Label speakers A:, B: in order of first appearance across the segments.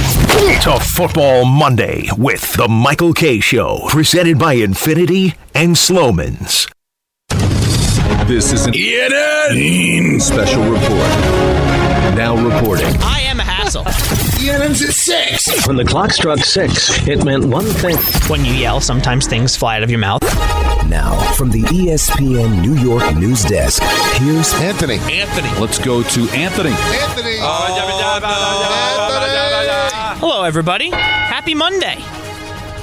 A: It's a Football Monday with The Michael K. Show, presented by Infinity and Slowman's.
B: This is an ENN special report. Now reporting.
C: I am a hassle.
D: ENN's at six.
E: When the clock struck six, it meant one thing.
C: When you yell, sometimes things fly out of your mouth.
F: Now, from the E ESPN New York news desk, here's
D: Anthony.
B: Anthony. Let's go to Anthony.
D: Anthony.
C: Hello, everybody. Happy Monday.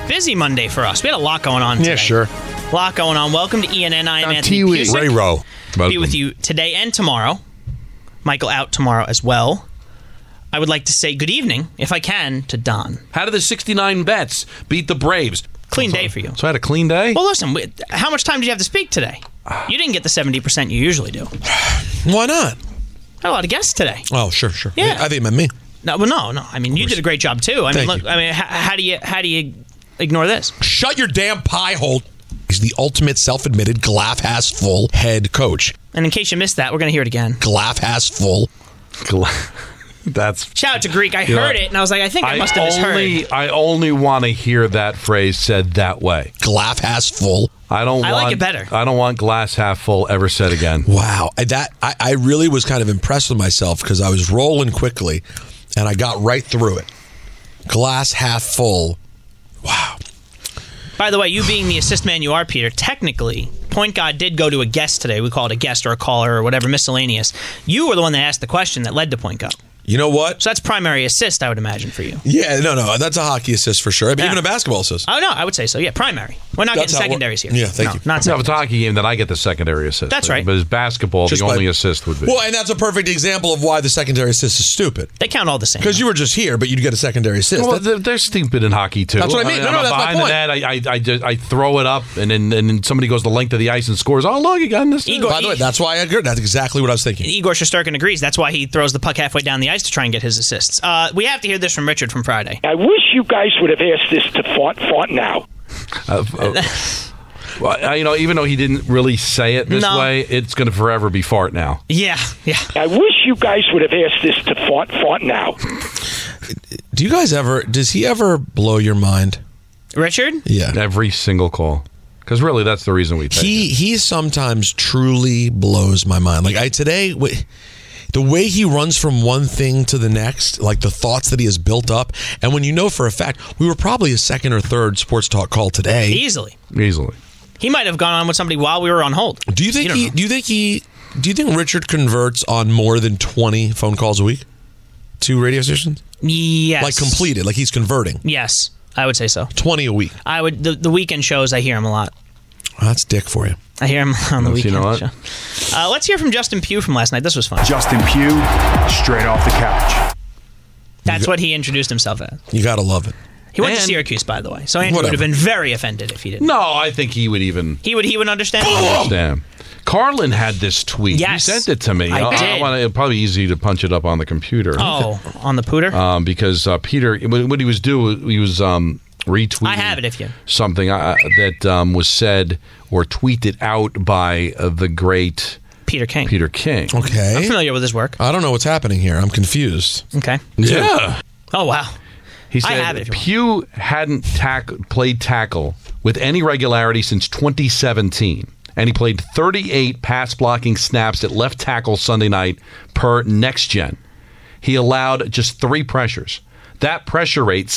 C: Busy Monday for us. We had a lot going on. Today.
G: Yeah, sure.
C: A lot going on. Welcome to ENN. I am
D: On
C: Anthony
D: Tiwi.
C: Cusick.
G: E, Ray Rowe.
C: Be with you today and tomorrow. Michael out tomorrow as well. I would like to say good evening, if I can, to Don.
H: How did the 69 bets beat the Braves?
C: Clean day for you.
G: So I had a clean day.
C: Well, listen. we- How much time did you have to speak today? You didn't get the seventy percent you usually do.
G: Why not?
C: Had a lot of guests today.
G: Oh, sure, sure.
C: Yeah.
G: I think it meant me.
C: No, well, no, no. I mean, you did a great job too. I
G: Thank
C: mean,
G: you.
C: look, I mean, how, how do you how do you ignore this?
G: Shut your damn pie hole. He's the ultimate self-admitted glass half full head coach.
C: And in case you missed that, we're gonna hear it again.
G: Glass half full.
H: That's.
C: Shout out to Greek. I
H: You know,
C: heard it, and I was like, I think I, must have
H: only,
C: misheard.
H: I only want to hear that phrase said that way.
G: Glass half full.
H: I don't.
C: I
H: want,
C: like it better.
H: I don't want glass half full ever said again.
G: Wow. I- That I, I really was kind of impressed with myself because I was rolling quickly, and I got right through it. Glass half full. Wow.
C: By the way, you being the assist man you are, Peter, technically, point guard did go to a guest today. We call it a guest or a caller or whatever, miscellaneous. You were the one that asked the question that led to point guard.
G: You know what?
C: So that's primary assist, I would imagine, for you.
G: Yeah. No. No. That's a hockey assist for sure. I mean, even a basketball assist.
C: Oh no, I would say so. Yeah, primary. We're not
G: That's
C: getting
G: how it
C: secondaries here.
G: works. Yeah, thank
C: No,
G: you.
C: Not
H: No, if it's
C: secondaries.
H: a hockey game, then I get the secondary assist.
C: That's right.
H: But it's basketball,
G: Just
H: the
G: by-
H: only assist would be.
G: Well, and that's a perfect example of why the secondary assist is stupid.
C: They count all the same.
G: Because you were just here, but you'd get a secondary assist.
H: Well,
G: That-
H: they're, they're stupid in hockey too.
G: That's what I mean. No, no,
H: I'm
G: that's my
H: behind
G: point.
H: the net. I, I, I, just, I throw it up, and then and then somebody goes the length of the ice and scores. Oh, look, you got this.
C: Igor-
G: by the way, that's why I agree. That's exactly what I was thinking.
C: Igor Shosturkin agrees. That's why he throws the puck halfway down the ice to try and get his assists. Uh, we have to hear this from Richard from Friday.
I: I wish you guys would have asked this to Font Font now.
H: Uh, Well, I- you know, even though he didn't really say it this
C: No.
H: way, it's going to forever be fart now.
C: Yeah, yeah.
I: I wish you guys would have asked this to Font Font now.
G: Do you guys ever? Does he ever blow your mind?
C: Richard,
G: Yeah.
H: Every single call. Because really, that's the reason we take it.
G: He he sometimes truly blows my mind. Like I today, w- the way he runs from one thing to the next, like the thoughts that he has built up, and when you know for a fact, we were probably a second or third sports talk call today.
C: easily.
H: easily.
C: He might have gone on with somebody while we were on hold.
G: Do you think
C: don't
G: he?
C: know.
G: Do you think he? Do you think Richard converts on more than twenty phone calls a week to radio stations?
C: Yes.
G: Like completed, like he's converting
C: Yes, I would say so.
G: twenty a week.
C: I would the, the weekend shows. I hear him a lot.
G: That's dick for you.
C: I hear him on the
H: Yes, you
C: weekend
H: know what?
C: show. Uh, let's hear from Justin Pugh from last night. This was fun.
J: Justin Pugh, straight off the couch.
C: That's what he introduced himself as.
G: You gotta love it.
C: He went to
H: And-
C: Syracuse, by the way. So Andrew would
G: Whatever.
C: have been very offended if he didn't.
H: No, I think he would even
C: He would. He would understand.
H: understand. Carlin had this tweet.
C: Yes.
H: He sent it to me. Uh,
C: I did.
H: want to, probably easy to punch it up on the computer.
C: Oh, on the pooter.
H: Um, because uh, Peter, what what he was doing, he was um, retweeting.
C: I have it if you-
H: something uh, that um, was said or tweeted out by uh, the great
C: Peter King.
H: Peter King.
C: I'm
G: Okay.
C: familiar with his work.
G: I don't know what's happening here. I'm confused.
C: Okay.
H: Yeah.
C: Oh wow.
H: He
C: I
H: said
C: have it if you want.
H: Pew hadn't tack- played tackle with any regularity since 2017, and he played 38 pass blocking snaps at left tackle Sunday night per next gen. He allowed just three pressures. That pressure rate,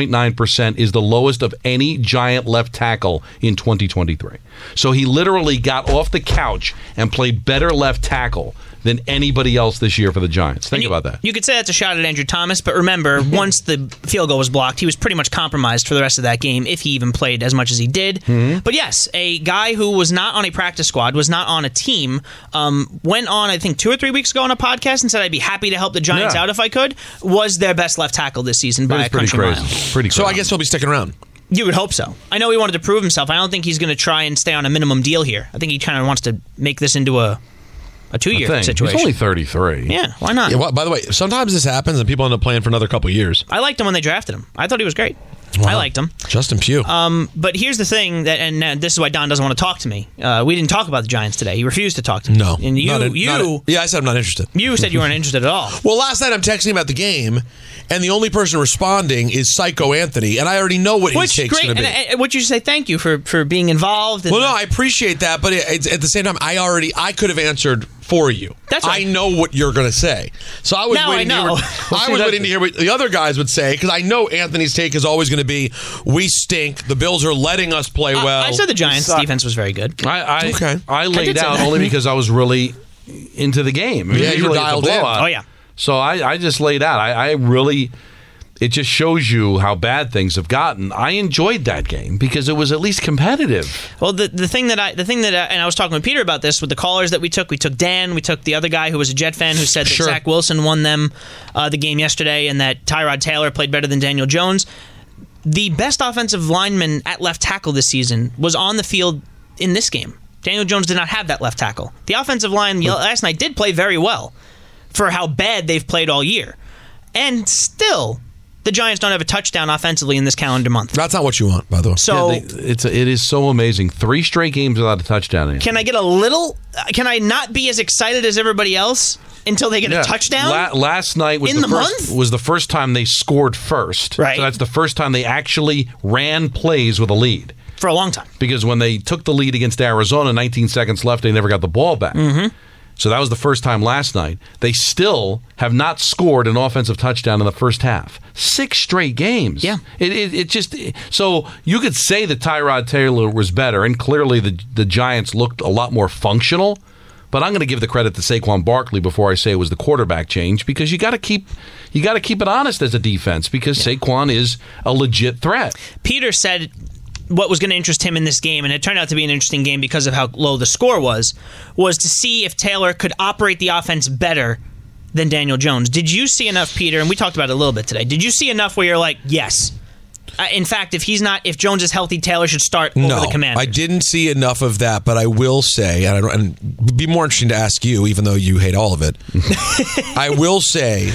H: 7.9%, is the lowest of any giant left tackle in 2023. So he literally got off the couch and played better left tackle than anybody else this year for the Giants. Think
C: you,
H: about that. Mm-hmm.
C: You could say that's a shot at Andrew Thomas, but remember, once the field goal was blocked, he was pretty much compromised for the rest of that game, if he even played as much as he did.
H: Mm-hmm.
C: But yes, a guy who was not on a practice squad, was not on a team, um, went on, I think, two or three weeks ago on a podcast and said, I'd be happy to help the Giants
H: Yeah.
C: out if I could, was their best left tackle this season
H: That
C: by
H: is
C: a
H: pretty
C: country
H: crazy.
C: mile.
H: Pretty crazy.
G: So I guess he'll be sticking around.
C: You would hope so. I know he wanted to prove himself. I don't think he's going to try and stay on a minimum deal here. I think he kind of wants to make this into a, a two
H: thing.
C: year
H: He's
C: situation.
H: only 33.
C: yeah, why not?
G: Yeah, well, by the way, sometimes this happens and people end up playing for another couple years.
C: I liked him when they drafted him. I thought he was great. I liked him.
G: Justin Pugh.
C: Um, but here's the thing that, and uh, this is why Don doesn't want to talk to me. Uh, we didn't talk about the Giants today. He refused to talk to me.
G: No,
C: and you,
G: Not a-
C: you,
G: not a- yeah, I said I'm not interested.
C: you said you weren't interested at all.
G: Well, last night I'm texting about the game, and the only person responding is Psycho Anthony, and I already know what
C: Which
G: his take's
C: great,
G: going
C: and,
G: to be.
C: and, would you say thank you for for being involved? And uh,
G: well, no, I appreciate that, but it, it's, at the same time, I already I could have answered for you.
C: That's
G: I
C: right.
G: know what you're going to say, so I was
C: Now I
G: waiting.
C: know.
G: To hear, what- I was waiting to hear what the other guys would say because I know Anthony's take is always going to be, "We stink. The Bills are letting us play well."
C: I said the Giants'
H: suck.
C: defense was very good.
H: I I,
G: Okay.
H: I laid
C: did say
H: out
C: that.
H: only because I was really into the game. I mean,
G: Yeah, you
H: usually
G: were
H: it's a
G: dialed in.
H: blowout.
C: Oh, yeah.
H: So I, I just laid out. I, I really. It just shows you how bad things have gotten. I enjoyed that game because it was at least competitive.
C: Well, the, the thing that I the thing that I, and I was talking with Peter about this with the callers that we took. We took Dan. We took the other guy who was a Jet fan who said that
G: Sure.
C: Zach Wilson won them uh, the game yesterday, and that Tyrod Taylor played better than Daniel Jones. The best offensive lineman at left tackle this season was on the field in this game. Daniel Jones did not have that left tackle. The offensive line y- last night did play very well for how bad they've played all year, and still. The Giants don't have a touchdown offensively in this calendar month.
G: That's not what you want, by the way.
C: So
H: Yeah, they- it's it is so amazing. Three straight games without a touchdown. Anthony.
C: Can I get a little? uh, Can I not be as excited as everybody else until they get
H: Yeah.
C: a touchdown?
H: La- last night was
C: In
H: the,
C: the
H: first,
C: month?
H: was the first time they scored first.
C: Right.
H: So that's the first time they actually ran plays with a lead.
C: for a long time.
H: Because when they took the lead against Arizona, 19 seconds left, they never got the ball back. Mm-hmm. So that was the first time last night. They still have not scored an offensive touchdown in the first half. Six straight games.
C: Yeah.
H: It, it, it just so you could say that Tyrod Taylor was better, and clearly the the Giants looked a lot more functional. But I'm going to give the credit to Saquon Barkley before I say it was the quarterback change because you got to keep you got to keep it honest as a defense because Saquon is a legit threat.
C: Peter said what was going to interest him in this game, and it turned out to be an interesting game because of how low the score was, was to see if Taylor could operate the offense better than Daniel Jones. Did you see enough, Peter? And we talked about it a little bit today. Did you see enough where you're like, yes? Uh, in fact, if he's not, if Jones is healthy, Taylor should start
G: no,
C: over the commander.
G: I didn't see enough of that, but I will say, and, I don't, and it'd be more interesting to ask you, even though you hate all of it. I will say,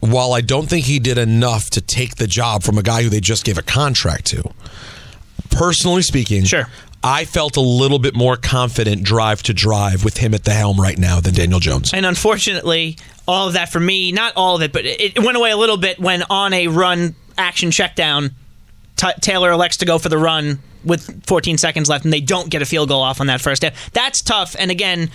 G: while I don't think he did enough to take the job from a guy who they just gave a contract to, personally speaking,
C: Sure.
G: I felt a little bit more confident drive to drive with him at the helm right now than Daniel Jones.
C: And unfortunately, all of that for me, not all of it, but it, it went away a little bit when on a run action checkdown, t- Taylor elects to go for the run with 14 seconds left, and they don't get a field goal off on that first step. That's tough. And again,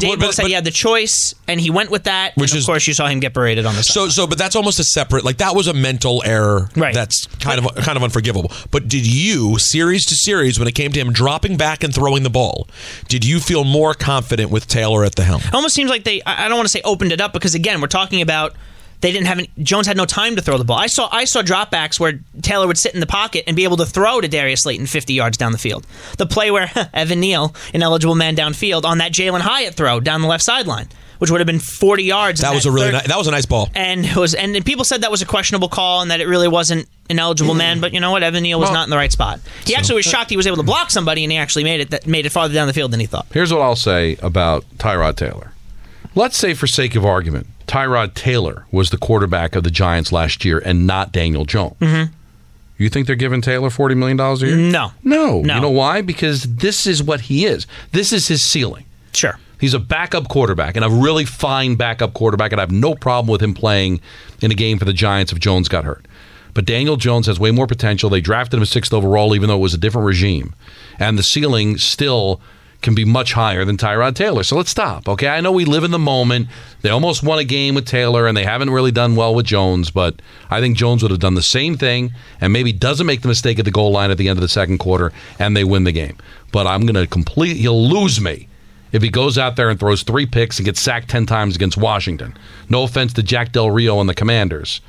C: but,
G: but- but-
C: said
G: but-
C: he had the choice, and he went with that.
G: Which
C: and of
G: is-
C: course, you saw him get berated on the
G: So,
C: sideline.
G: so, but that's almost a separate. Like that was a mental error.
C: Right.
G: That's kind of kind of unforgivable. But did you series to series when it came to him dropping back and throwing the ball? Did you feel more confident with Taylor at the helm?
C: It almost seems like they. I I don't want to say opened it up because again, we're talking about they didn't have any, Jones had no time to throw the ball. I saw I saw dropbacks where Taylor would sit in the pocket and be able to throw to Darius Slayton 50 yards down the field. The play where Evan Neal, an eligible man downfield, on that Jalen Hyatt throw down the left sideline, which would have been 40 yards.
G: That
C: and
G: was a really
C: third-
G: ni- that was a nice ball.
C: and it was and people said that was a questionable call and that it really wasn't an eligible man, but you know what? Evan Neal was not in the right spot. He actually was
G: uh,
C: shocked he was able to block somebody and he actually made it that made it farther down the field than he thought.
H: Here's what I'll say about Tyrod Taylor. Let's say, for sake of argument, Tyrod Taylor was the quarterback of the Giants last year and not Daniel Jones. You think they're giving Taylor $40 million a year?
C: Mm-hmm. No.
H: No.
C: No.
H: You know why? Because this is what he is. This is his ceiling.
C: Sure.
H: He's a backup quarterback and a really fine backup quarterback, and I have no problem with him playing in a game for the Giants if Jones got hurt. But Daniel Jones has way more potential. They drafted him sixth overall, even though it was a different regime. And the ceiling still can be much higher than Tyrod Taylor. So let's stop, okay? I know we live in the moment. They almost won a game with Taylor, and they haven't really done well with Jones, but I think Jones would have done the same thing and maybe doesn't make the mistake at the goal line at the end of the second quarter, and they win the game. But I'm going to complete, he'll lose me if he goes out there and throws three picks and gets sacked 10 times against Washington. No offense to Jack Del Rio and the Commanders.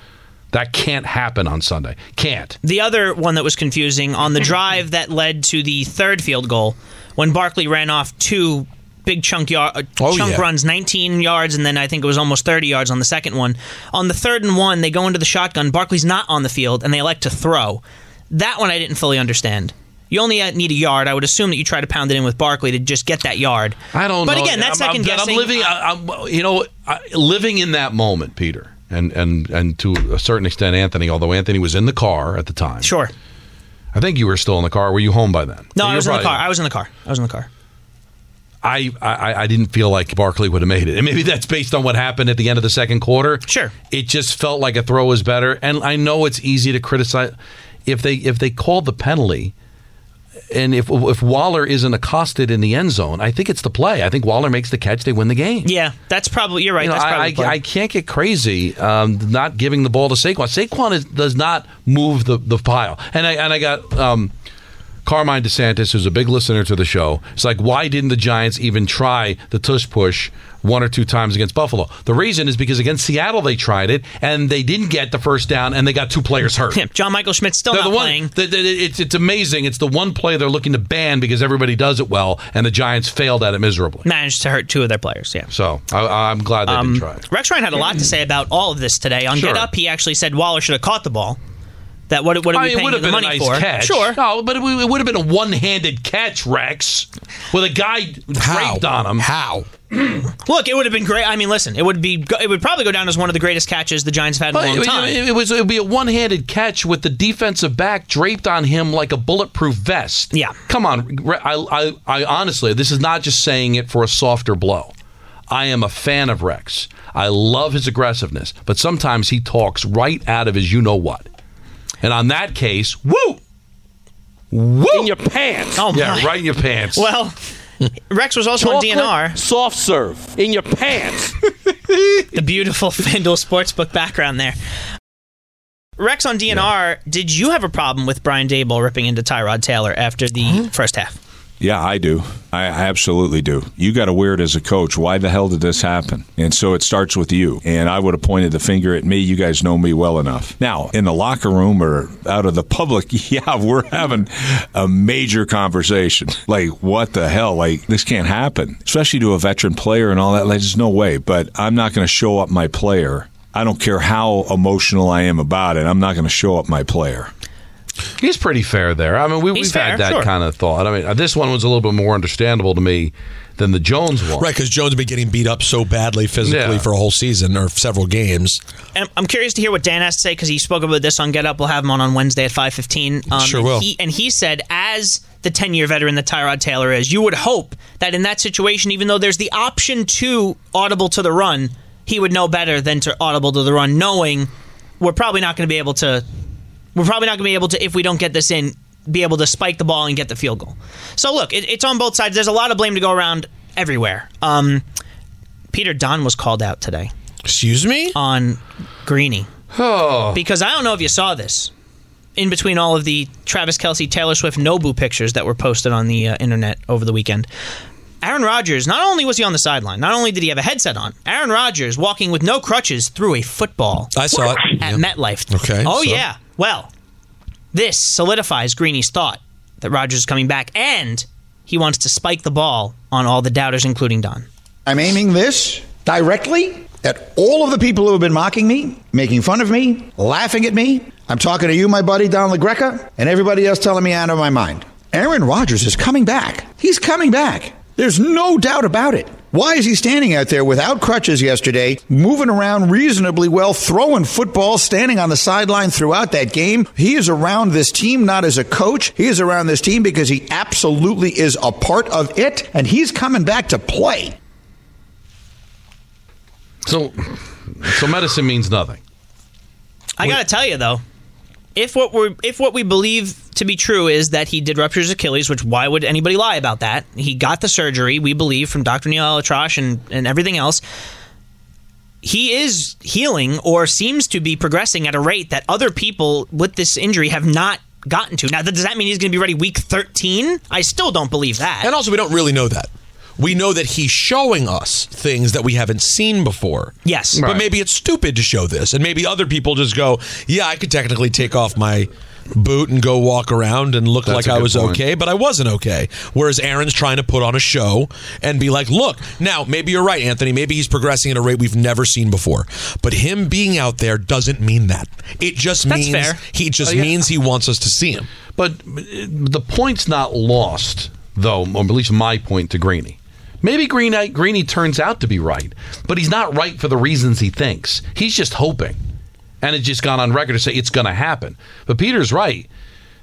H: That can't happen on Sunday. Can't.
C: The other one that was confusing on the drive that led to the third field goal when Barkley ran off two big chunk yard
G: Oh,
C: chunk
G: yeah.
C: runs 19 yards and then I think it was almost 30 yards on the second one. On the third and one they go into the shotgun, Barkley's not on the field and they elect to throw. That one I didn't fully understand. You only uh, need a yard. I would assume that you try to pound it in with Barkley to just get that yard.
H: I don't
C: but
H: know.
C: But again, that's
H: I'm, uh,
C: second
H: I'm,
C: guessing.
H: I'm living, I, am you know, I, living in that moment, Peter. and and and to a certain extent Anthony, although Anthony was in the car at the time.
C: Sure.
H: I think you were still in the car. Were you home by then?
C: No,
H: You
C: I
H: were
C: was in the
H: probably-
C: car. I was in the car. I was in the car.
H: I, I I didn't feel like Barkley would have made it. And maybe that's based on what happened at the end of the second quarter.
C: Sure.
H: It just felt like a throw was better. And I know it's easy to criticize if they if they called the penalty and if if Waller isn't accosted in the end zone, I think it's the play. I think Waller makes the catch, they win the game.
C: Yeah, that's probably you're right.
H: You know,
C: that's
H: I,
C: probably
H: I, I
C: part.
H: can't get crazy um, not giving the ball to Saquon. Saquon is, does not move the, the pile. And I and I got um, Carmine DeSantis, who's a big listener to the show. It's like, why didn't the Giants even try the tush push one or two times against Buffalo? The reason is because against Seattle they tried it and they didn't get the first down and they got two players hurt.
C: Yeah, John Michael Schmidt's still
H: They're
C: not
H: the one,
C: playing.
H: the- the- it's, it's amazing. It's the one play they're looking to ban because everybody does it well, and the Giants failed at it miserably.
C: Managed to hurt two of their players. Yeah.
H: So I, I'm glad they
C: Um,
H: didn't try it.
C: Rex Ryan had a lot to say about all of this today. On
H: Sure.
C: Get Up, he actually said Waller should have caught the ball. That what what are
H: I
C: we
H: mean, it
C: paying
H: would have
C: the
H: been a
C: money
H: nice
C: for?
H: catch.
C: Sure.
H: No, but it, would- it would have been a one-handed catch, Rex, with a guy draped on him.
G: How?
C: Look, it would have been great. I mean, listen, it would be it would probably go down as one of the greatest catches the Giants have had in
H: But
C: a long
H: it,
C: time.
H: it- it was it would be a one-handed catch with the defensive back draped on him like a bulletproof vest.
C: Yeah.
H: come on, Re- I, I, I honestly, this is not just saying it for a softer blow. I am a fan of Rex. I love his aggressiveness, but sometimes he talks right out of his you know what. And on that case, woo, woo,
K: In your pants.
C: oh my.
H: yeah, right in your pants.
C: Well, Rex was also
K: Chocolate
C: on DNR.
K: Soft serve. In your pants.
C: The beautiful FanDuel sportsbook background there. Rex on DNR. Did you have a problem with Brian Dable ripping into Tyrod Taylor after the first half?
L: Yeah, I do. I I absolutely do. You got to wear it as a coach. Why the hell did this happen? And so it starts with you. And I would have pointed the finger at me. You guys know me well enough. Now, in the locker room or out of the public, yeah, we're having a major conversation. Like, what the hell? Like, this can't happen, especially to a veteran player and all that. Like, there's no way. But I'm not going to show up my player. I don't care how emotional I am about it. I'm not going to show up my player.
H: He's pretty fair there. I mean, we, we've
C: He's fair,
H: had that
C: sure.
H: kind of thought. I mean, uh, this one was a little bit more understandable to me than the Jones one.
G: Right, because Jones had been getting beat up so badly physically
H: Yeah.
G: for a whole season or several games.
C: And I'm curious to hear what Dan has to say because he spoke about this on Get Up. We'll have him on on Wednesday at 5:15. Um,
G: Sure
C: and
G: will.
C: He, and he said, as the 10-year veteran that Tyrod Taylor is, you would hope that in that situation, even though there's the option to audible to the run, he would know better than to audible to the run, knowing we're probably not going to be able to. We're probably not going to be able to if we don't get this in, be able to spike the ball and get the field goal. So look, it, it's on both sides. There's a lot of blame to go around everywhere. Um, Peter Don was called out today
G: Excuse me?
C: on Greeny.
H: Oh.
C: Because I don't know if you saw this. In between all of the Travis Kelsey, Taylor Swift, Nobu pictures that were posted on the uh, internet over the weekend, Aaron Rodgers, not only was he on the sideline, not only did he have a headset on, Aaron Rodgers walking with no crutches through a football
G: I saw it.
C: at
G: Yeah.
C: MetLife.
G: Okay,
C: Oh,
G: so?
C: yeah. Well, this solidifies Greeny's thought that Rodgers is coming back, and he wants to spike the ball on all the doubters, including Don.
M: I'm aiming this directly at all of the people who have been mocking me, making fun of me, laughing at me. I'm talking to you, my buddy Don LaGreca, and everybody else telling me I'm out of my mind. Aaron Rodgers is coming back. He's coming back. There's no doubt about it. Why is he standing out there without crutches yesterday, moving around reasonably well, throwing footballs, standing on the sideline throughout that game? He is around this team not as a coach. He is around this team because he absolutely is a part of it, and he's coming back to play.
H: So, so medicine means nothing.
C: I gotta tell you though, if what we if what we believe to be true is that he did rupture his Achilles, which why would anybody lie about that? He got the surgery, we believe, from Dr. Neil Alatrosh and, and everything else. He is healing or seems to be progressing at a rate that other people with this injury have not gotten to. Now, does that mean he's going to be ready week 13? I still don't believe that.
G: And also, we don't really know that. We know that he's showing us things that we haven't seen before.
C: Yes.
G: But maybe it's stupid to show this. And maybe other people just go, yeah, I could technically take off my boot and go walk around and look
H: That's
G: like
H: a
G: I
H: good
G: was
H: point.
G: okay, but I wasn't okay. Whereas Aaron's trying to put on a show and be like, look, now maybe you're right, Anthony. Maybe he's progressing at a rate we've never seen before. But him being out there doesn't mean that. It just
C: That's
G: means
C: fair.
G: he just
H: Oh, yeah.
G: means he wants us to see him.
H: But uh, the point's not lost, though, or at least my point to Greeny. Maybe Green Greeny turns out to be right, but he's not right for the reasons he thinks. He's just hoping, and it's just gone on record to say it's going to happen. But Peter's right.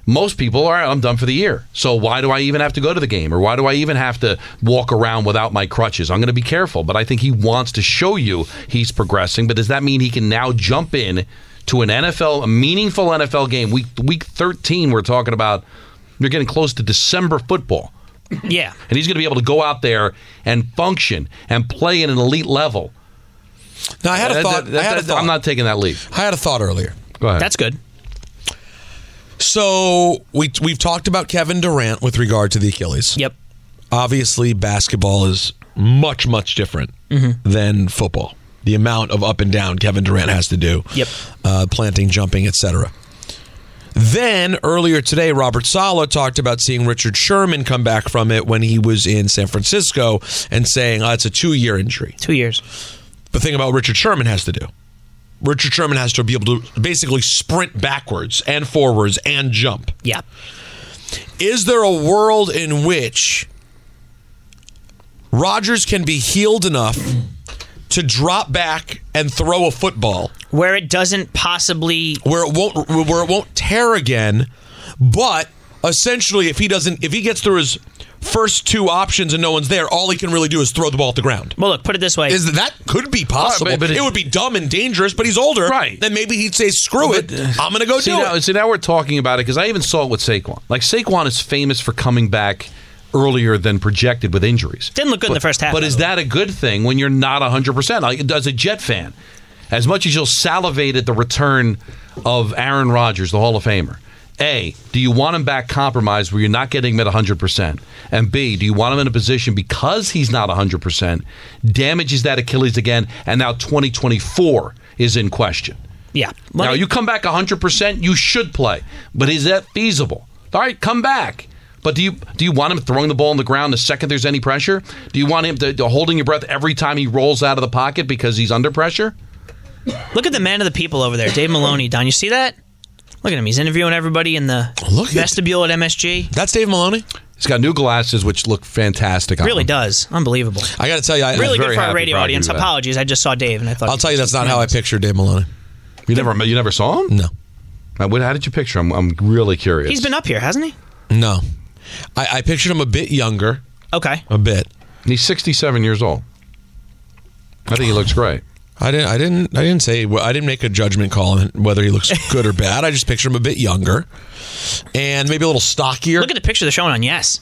H: Most people are. I'm done for the year. So why do I even have to go to the game, or why do I even have to walk around without my crutches? I'm going to be careful, but I think he wants to show you he's progressing. But does that mean he can now jump in to an NFL, a meaningful NFL game? Week week 13, we're talking about. You're getting close to December football.
C: Yeah.
H: And he's going to be able to go out there and function and play at an elite level.
G: Now, I had a thought. I had a thought.
H: am not taking that leap.
G: I had a thought earlier.
H: Go ahead.
C: That's good.
G: So we we've talked about Kevin Durant with regard to the Achilles.
C: Yep.
G: Obviously, basketball is much much different
C: Mhm.
G: than football. The amount of up and down Kevin Durant has to do.
C: Yep.
G: Uh, planting, jumping, etc. Then earlier today, Robert Sala talked about seeing Richard Sherman come back from it when he was in San Francisco and saying, oh, it's a two year injury.
C: Two years.
G: The thing about Richard Sherman has to do Richard Sherman has to be able to basically sprint backwards and forwards and jump.
C: Yeah.
G: Is there a world in which Rodgers can be healed enough to drop back and throw a football?
C: Where it doesn't possibly
G: where it won't where it won't tear again, but essentially if he doesn't if he gets through his first two options and no one's there, all he can really do is throw the ball at the ground.
C: Well, look, put it this way:
G: is that, that could be possible?
H: Right, but-
G: but
H: but
G: it,
H: it-
G: would be dumb and dangerous. But he's older,
H: Right.
G: Then maybe he'd say, "Screw it, I'm going to go
H: see
G: do
H: now,
G: it."
H: See, now we're talking about it because I even saw it with Saquon. Like, Saquon is famous for coming back earlier than projected with injuries.
C: Didn't look good in the first half,
H: But
C: by
H: is
C: the
H: that a good thing when you're not 100%? Like, as a Jet fan, as much as you'll salivate at the return of Aaron Rodgers, the Hall of Famer, A, do you want him back compromised where you're not getting him at 100%? And B, do you want him in a position because he's not 100%, damages that Achilles again, and now 2024 is in question?
C: Yeah.
H: now, you come back 100%, you should play. But is that feasible? All right, come back. But do you do you want him throwing the ball on the ground the second there's any pressure? Do you want him to, to holding your breath every time he rolls out of the pocket because he's under pressure?
C: Look at the man of the people over there, Dave Maloney. Don, you see that? Look at him. He's interviewing everybody in the vestibule at MSG.
G: That's Dave Maloney.
H: He's got new glasses which look fantastic. on
C: Really
H: him.
C: does. Unbelievable.
G: I got to tell you, I,
C: really
H: was
C: good
H: very
C: for our
H: happy
C: radio
H: Brock
C: audience.
H: did that.
C: Apologies, I just saw Dave and I thought
G: I'll tell you that's not how I picture Dave Maloney.
H: You never you never saw him?
G: No.
H: Uh, what- How did you picture him? I'm really curious.
C: he's been up here, hasn't he?
G: No, I, I pictured him a bit younger,
C: Okay.
G: a bit.
H: He's 67 years old. I think he looks great.
G: I didn't. I didn't. I didn't say. I didn't make a judgment call on whether he looks good or bad. I just picture him a bit younger, and maybe a little stockier.
C: Look at the picture they're showing on Yes.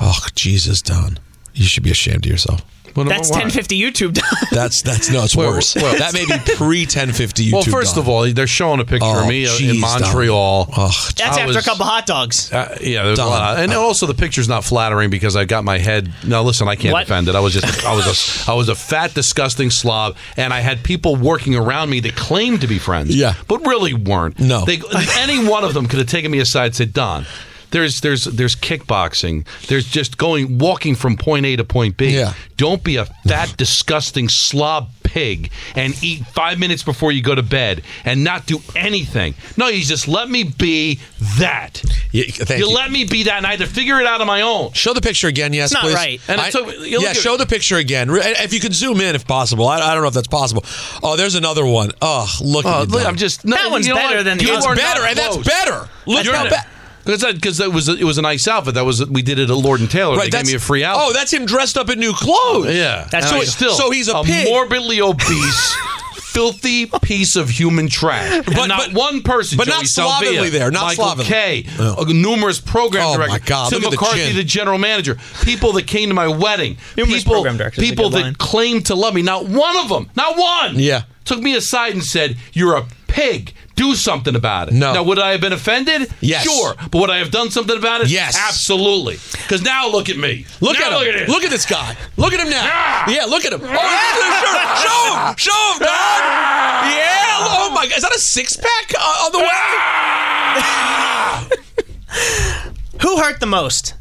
G: Oh Jesus, Don, you should be ashamed of yourself.
C: That's 1050 YouTube. Don.
G: That's that's no, it's
H: Well,
G: worse.
H: well-
G: that may be pre 1050 YouTube.
H: well, first
G: Don.
H: of all, they're showing a picture of
G: Oh,
H: me uh, in
G: geez, Don. Oh,
H: Montreal.
G: Ugh,
C: That's
H: I
C: after
H: was-
C: a couple hot dogs.
H: Uh, yeah, there's a
G: Don,
H: lot, and also the picture's not flattering because I got my head. No, listen, I can't
C: What?
H: defend it. I was just, I was, a, I was a fat, disgusting slob, and I had people working around me that claimed to be friends,
G: Yeah.
H: but really weren't.
G: No.
H: they, any one of them could have taken me aside and said, "Don, there's, there's, there's kickboxing. There's just going, walking from point A to point B.
G: Yeah.
H: Don't be a fat, disgusting slob pig and eat five minutes before you go to bed and not do anything. No, you just let me be that."
G: Yeah, thank
H: you,
G: you.
H: let me be that, and I had to figure it out on my own.
G: show the picture again. Yes,
C: It's not
G: please.
C: right.
H: And it
G: I-
H: took- you look
G: yeah,
H: at-
G: show the picture again. Re- If you could zoom in, if possible. I, I don't know if that's possible. Oh, there's another one. Oh, look.
H: Oh,
G: at you,
H: look,
G: Don.
H: I'm just no,
C: That one's
H: you know
C: better
H: what?
C: than the
H: You
C: other
G: It's
H: are
C: one.
H: not
G: better, and that's
H: close.
G: better. Look,
H: That's
G: you're
H: better.
G: ba-
H: Because that was it was a nice outfit. That was we did it at Lord and Taylor. they gave
G: that's-
H: me a free
G: Oh,
H: outfit.
G: that's him dressed up in new clothes.
H: yeah.
C: That's
H: And I
C: right.
H: still
G: So he's a
H: a
G: pig.
H: morbidly obese, filthy piece of human trash. But
G: But-
H: not
G: but-
H: one person.
G: but
H: Joey
G: not slovenly
H: Salvia,
G: there, not
H: Michael
G: slovenly.
H: Kay,
G: Oh.
H: a numerous program
G: Oh, my
H: director.
G: God,
H: Tim
G: look at the
H: McCarthy, the,
G: chin.
H: general manager. People that came to my wedding.
C: Numerous
H: people
C: program directors is a
H: people
C: good line.
H: that claimed to love me. Not one of them. Not one.
G: Yeah.
H: Took me aside and said, "You're a pig." Do something about it.
G: No.
H: Now, would I have been offended?
G: Yes.
H: Sure. But would I have done something about it?
G: Yes.
H: Absolutely. Because now look at me.
G: Look
H: Now
G: at him. Look
H: Look at
G: at,
H: it.
G: this guy. Look at him now.
H: Ah!
G: Yeah, look at him. Oh, yeah, show, show him. Show him, Don. Yeah. lo- Oh, my God. Is that a six pack uh, on the
H: Ah.
G: way?
C: Who hurt the most?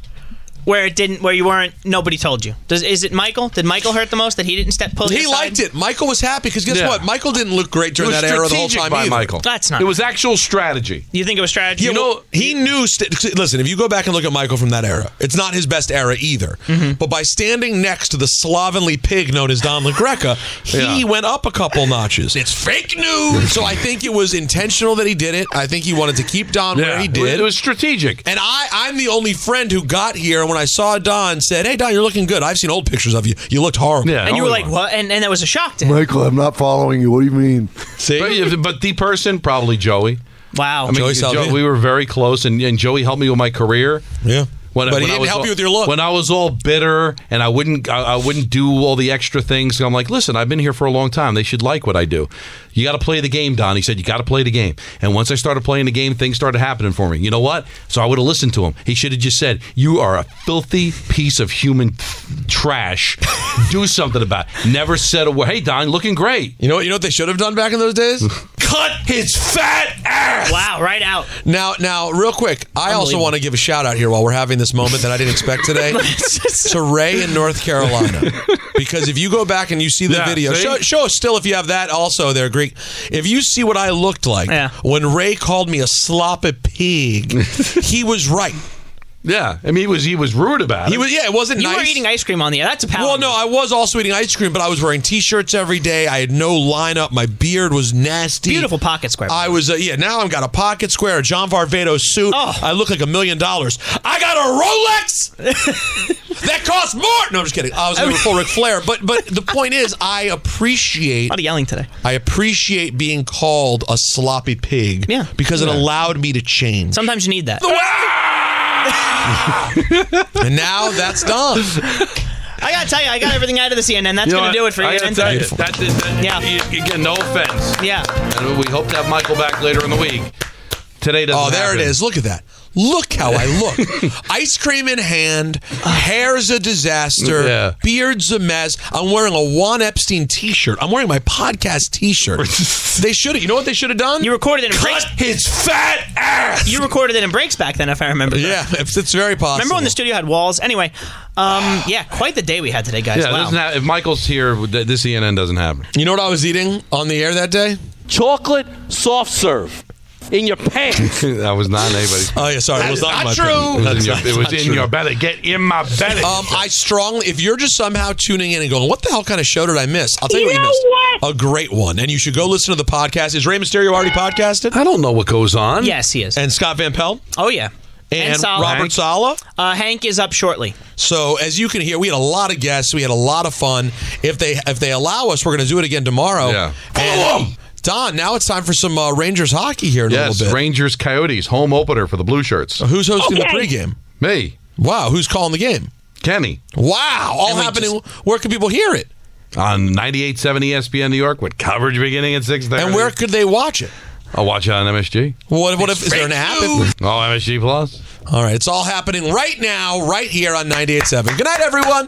C: where it didn't, where you weren't, nobody told you. Does is it Michael? Did Michael hurt the most that he didn't step? Pull you
G: He
C: aside?
G: liked it. Michael was happy because guess what? Michael didn't look great during
H: It was
G: that era the whole
H: strategic
G: time
H: by
G: either.
H: Michael.
C: That's not-
H: It was actual strategy.
C: You think it was strategy?
G: You know, he knew. St- listen, if you go back and look at Michael from that era, it's not his best era either. But by standing next to the slovenly pig known as Don LaGreca, he went up a couple notches. It's fake news. so I think it was intentional that he did it. I think he wanted to keep Don where
H: Yeah.
G: he did.
H: It was strategic.
G: And I, I'm the only friend who got here. And when I saw Don, said, "Hey, Don, you're looking good. I've seen old pictures of you. You looked horrible." Yeah,
C: and you were like, what? And, and that was a shock to him.
N: Michael, I'm not following you. What do you mean?
H: But, if- but the person, probably Joey.
C: Wow.
H: I mean,
G: Joey
H: Joe-
G: Salvia.
H: we were very close, and, and Joey helped me with my career.
G: Yeah.
H: When,
G: But he
H: I
G: didn't
H: was
G: help
H: all-
G: you with your look.
H: When I was all bitter and I wouldn't, I, I wouldn't do all the extra things. I'm like, listen, I've been here for a long time. They should like what I do. You got to play the game, Don. He said, you got to play the game. And once I started playing the game, things started happening for me. You know what? So I would have listened to him. He should have just said, "You are a filthy piece of human trash. do something about." it. Never said a word. Hey, Don, looking great.
G: You know what? You know what they should have done back in those days? Cut his fat ass.
C: Wow, right out.
G: Now, now, real quick, I also
C: Unbelievable.
G: want to give a shout out here while we're having this moment that I didn't expect today to Ray in North Carolina. Because if you go back and you see the
H: Yeah,
G: video,
H: see?
G: show, show us still if you have that also there, Greek. If you see what I looked like
H: Yeah.
G: when Ray called me a sloppy pig, he was right.
H: Yeah, I mean, he was he was rude about it.
G: He was, yeah, it wasn't
C: You
G: nice.
C: were eating ice cream on the air. That's a power.
G: Well, no, I was also eating ice cream, but I was wearing t-shirts every day. I had no lineup. My beard was nasty.
C: Beautiful pocket square.
G: I was, uh, yeah. Now I've got a pocket square, a John Varvatos suit. I look like a million dollars. I got a Rolex that costs more. No, I'm just kidding. I was going to pull Ric Flair, but but the point is, I appreciate. A lot
C: of yelling today.
G: I appreciate being called a sloppy pig. Yeah, because it
C: Yeah.
G: allowed me to change.
C: Sometimes you need that.
G: and now that's done.
C: I gotta tell you, I got everything out of the CNN. That's
H: You know
C: gonna
H: what?
C: do it for
H: I
C: you.
H: gotta tell you, that, that- that-
C: Yeah.
H: y- Again, no offense.
C: Yeah.
H: And we hope to have Michael back later in the week. Today doesn't
G: Oh, there
H: happen.
G: it is. Look at that. Look how I look. Ice cream in hand, hair's a disaster,
H: Yeah.
G: beard's a mess. I'm wearing a Juan Epstein t shirt. I'm wearing my podcast t shirt. they should have, you know what they should have done?
C: You recorded it in breaks.
G: his fat ass.
C: You recorded it in breaks back then, if I remember. correctly.
G: Yeah, it's, it's very possible.
C: Remember when the studio had walls? Anyway, um, yeah, quite the day we had today, guys.
H: Yeah, it
C: wow.
H: doesn't ha- if Michael's here, th- this CNN doesn't happen.
G: You know what I was eating on the air that day?
K: Chocolate soft serve in your pants.
H: that was not anybody's.
G: Oh, yeah, sorry.
K: That
G: it was
K: is
G: not,
K: not
G: my
K: true.
H: It
G: opinion.
H: was
G: That's
H: in your- it
G: not-
H: was
G: not
H: in
G: true.
H: your belly. Get in my belly.
K: Oh,
G: Um, I strongly, if you're just somehow tuning in and going, what the hell kind of show did I miss? I'll tell you, what you missed. A great one. And you should go listen to the podcast. Is Ray Mysterio already podcasted?
H: I don't know what goes on.
C: Yes, he is.
G: And Scott Van Pelt?
C: Oh yeah.
G: And,
C: Sala.
G: Robert Sala?
C: Uh, Hank is up shortly.
G: So as you can hear, we had a lot of guests. We had a lot of fun. If they if they allow us, we're going to do it again tomorrow.
H: Yeah.
G: And Don, now it's time for some uh, Rangers hockey here in a
H: Yes,
G: little bit.
H: Rangers Coyotes home opener for the Blue Shirts.
G: Who's hosting
H: Okay.
G: the pregame?
H: Me,
G: Wow, who's calling the game?
H: Kenny,
G: Wow, all happening. where can people hear it?
H: on 98.7 ESPN New York with coverage beginning at six thirty.
G: And where could they watch it?
H: I'll watch it on MSG.
G: What what if is there an app? Oh,
H: MSG Plus.
G: All right, it's all happening right now, right here on 98.7. Good night, everyone.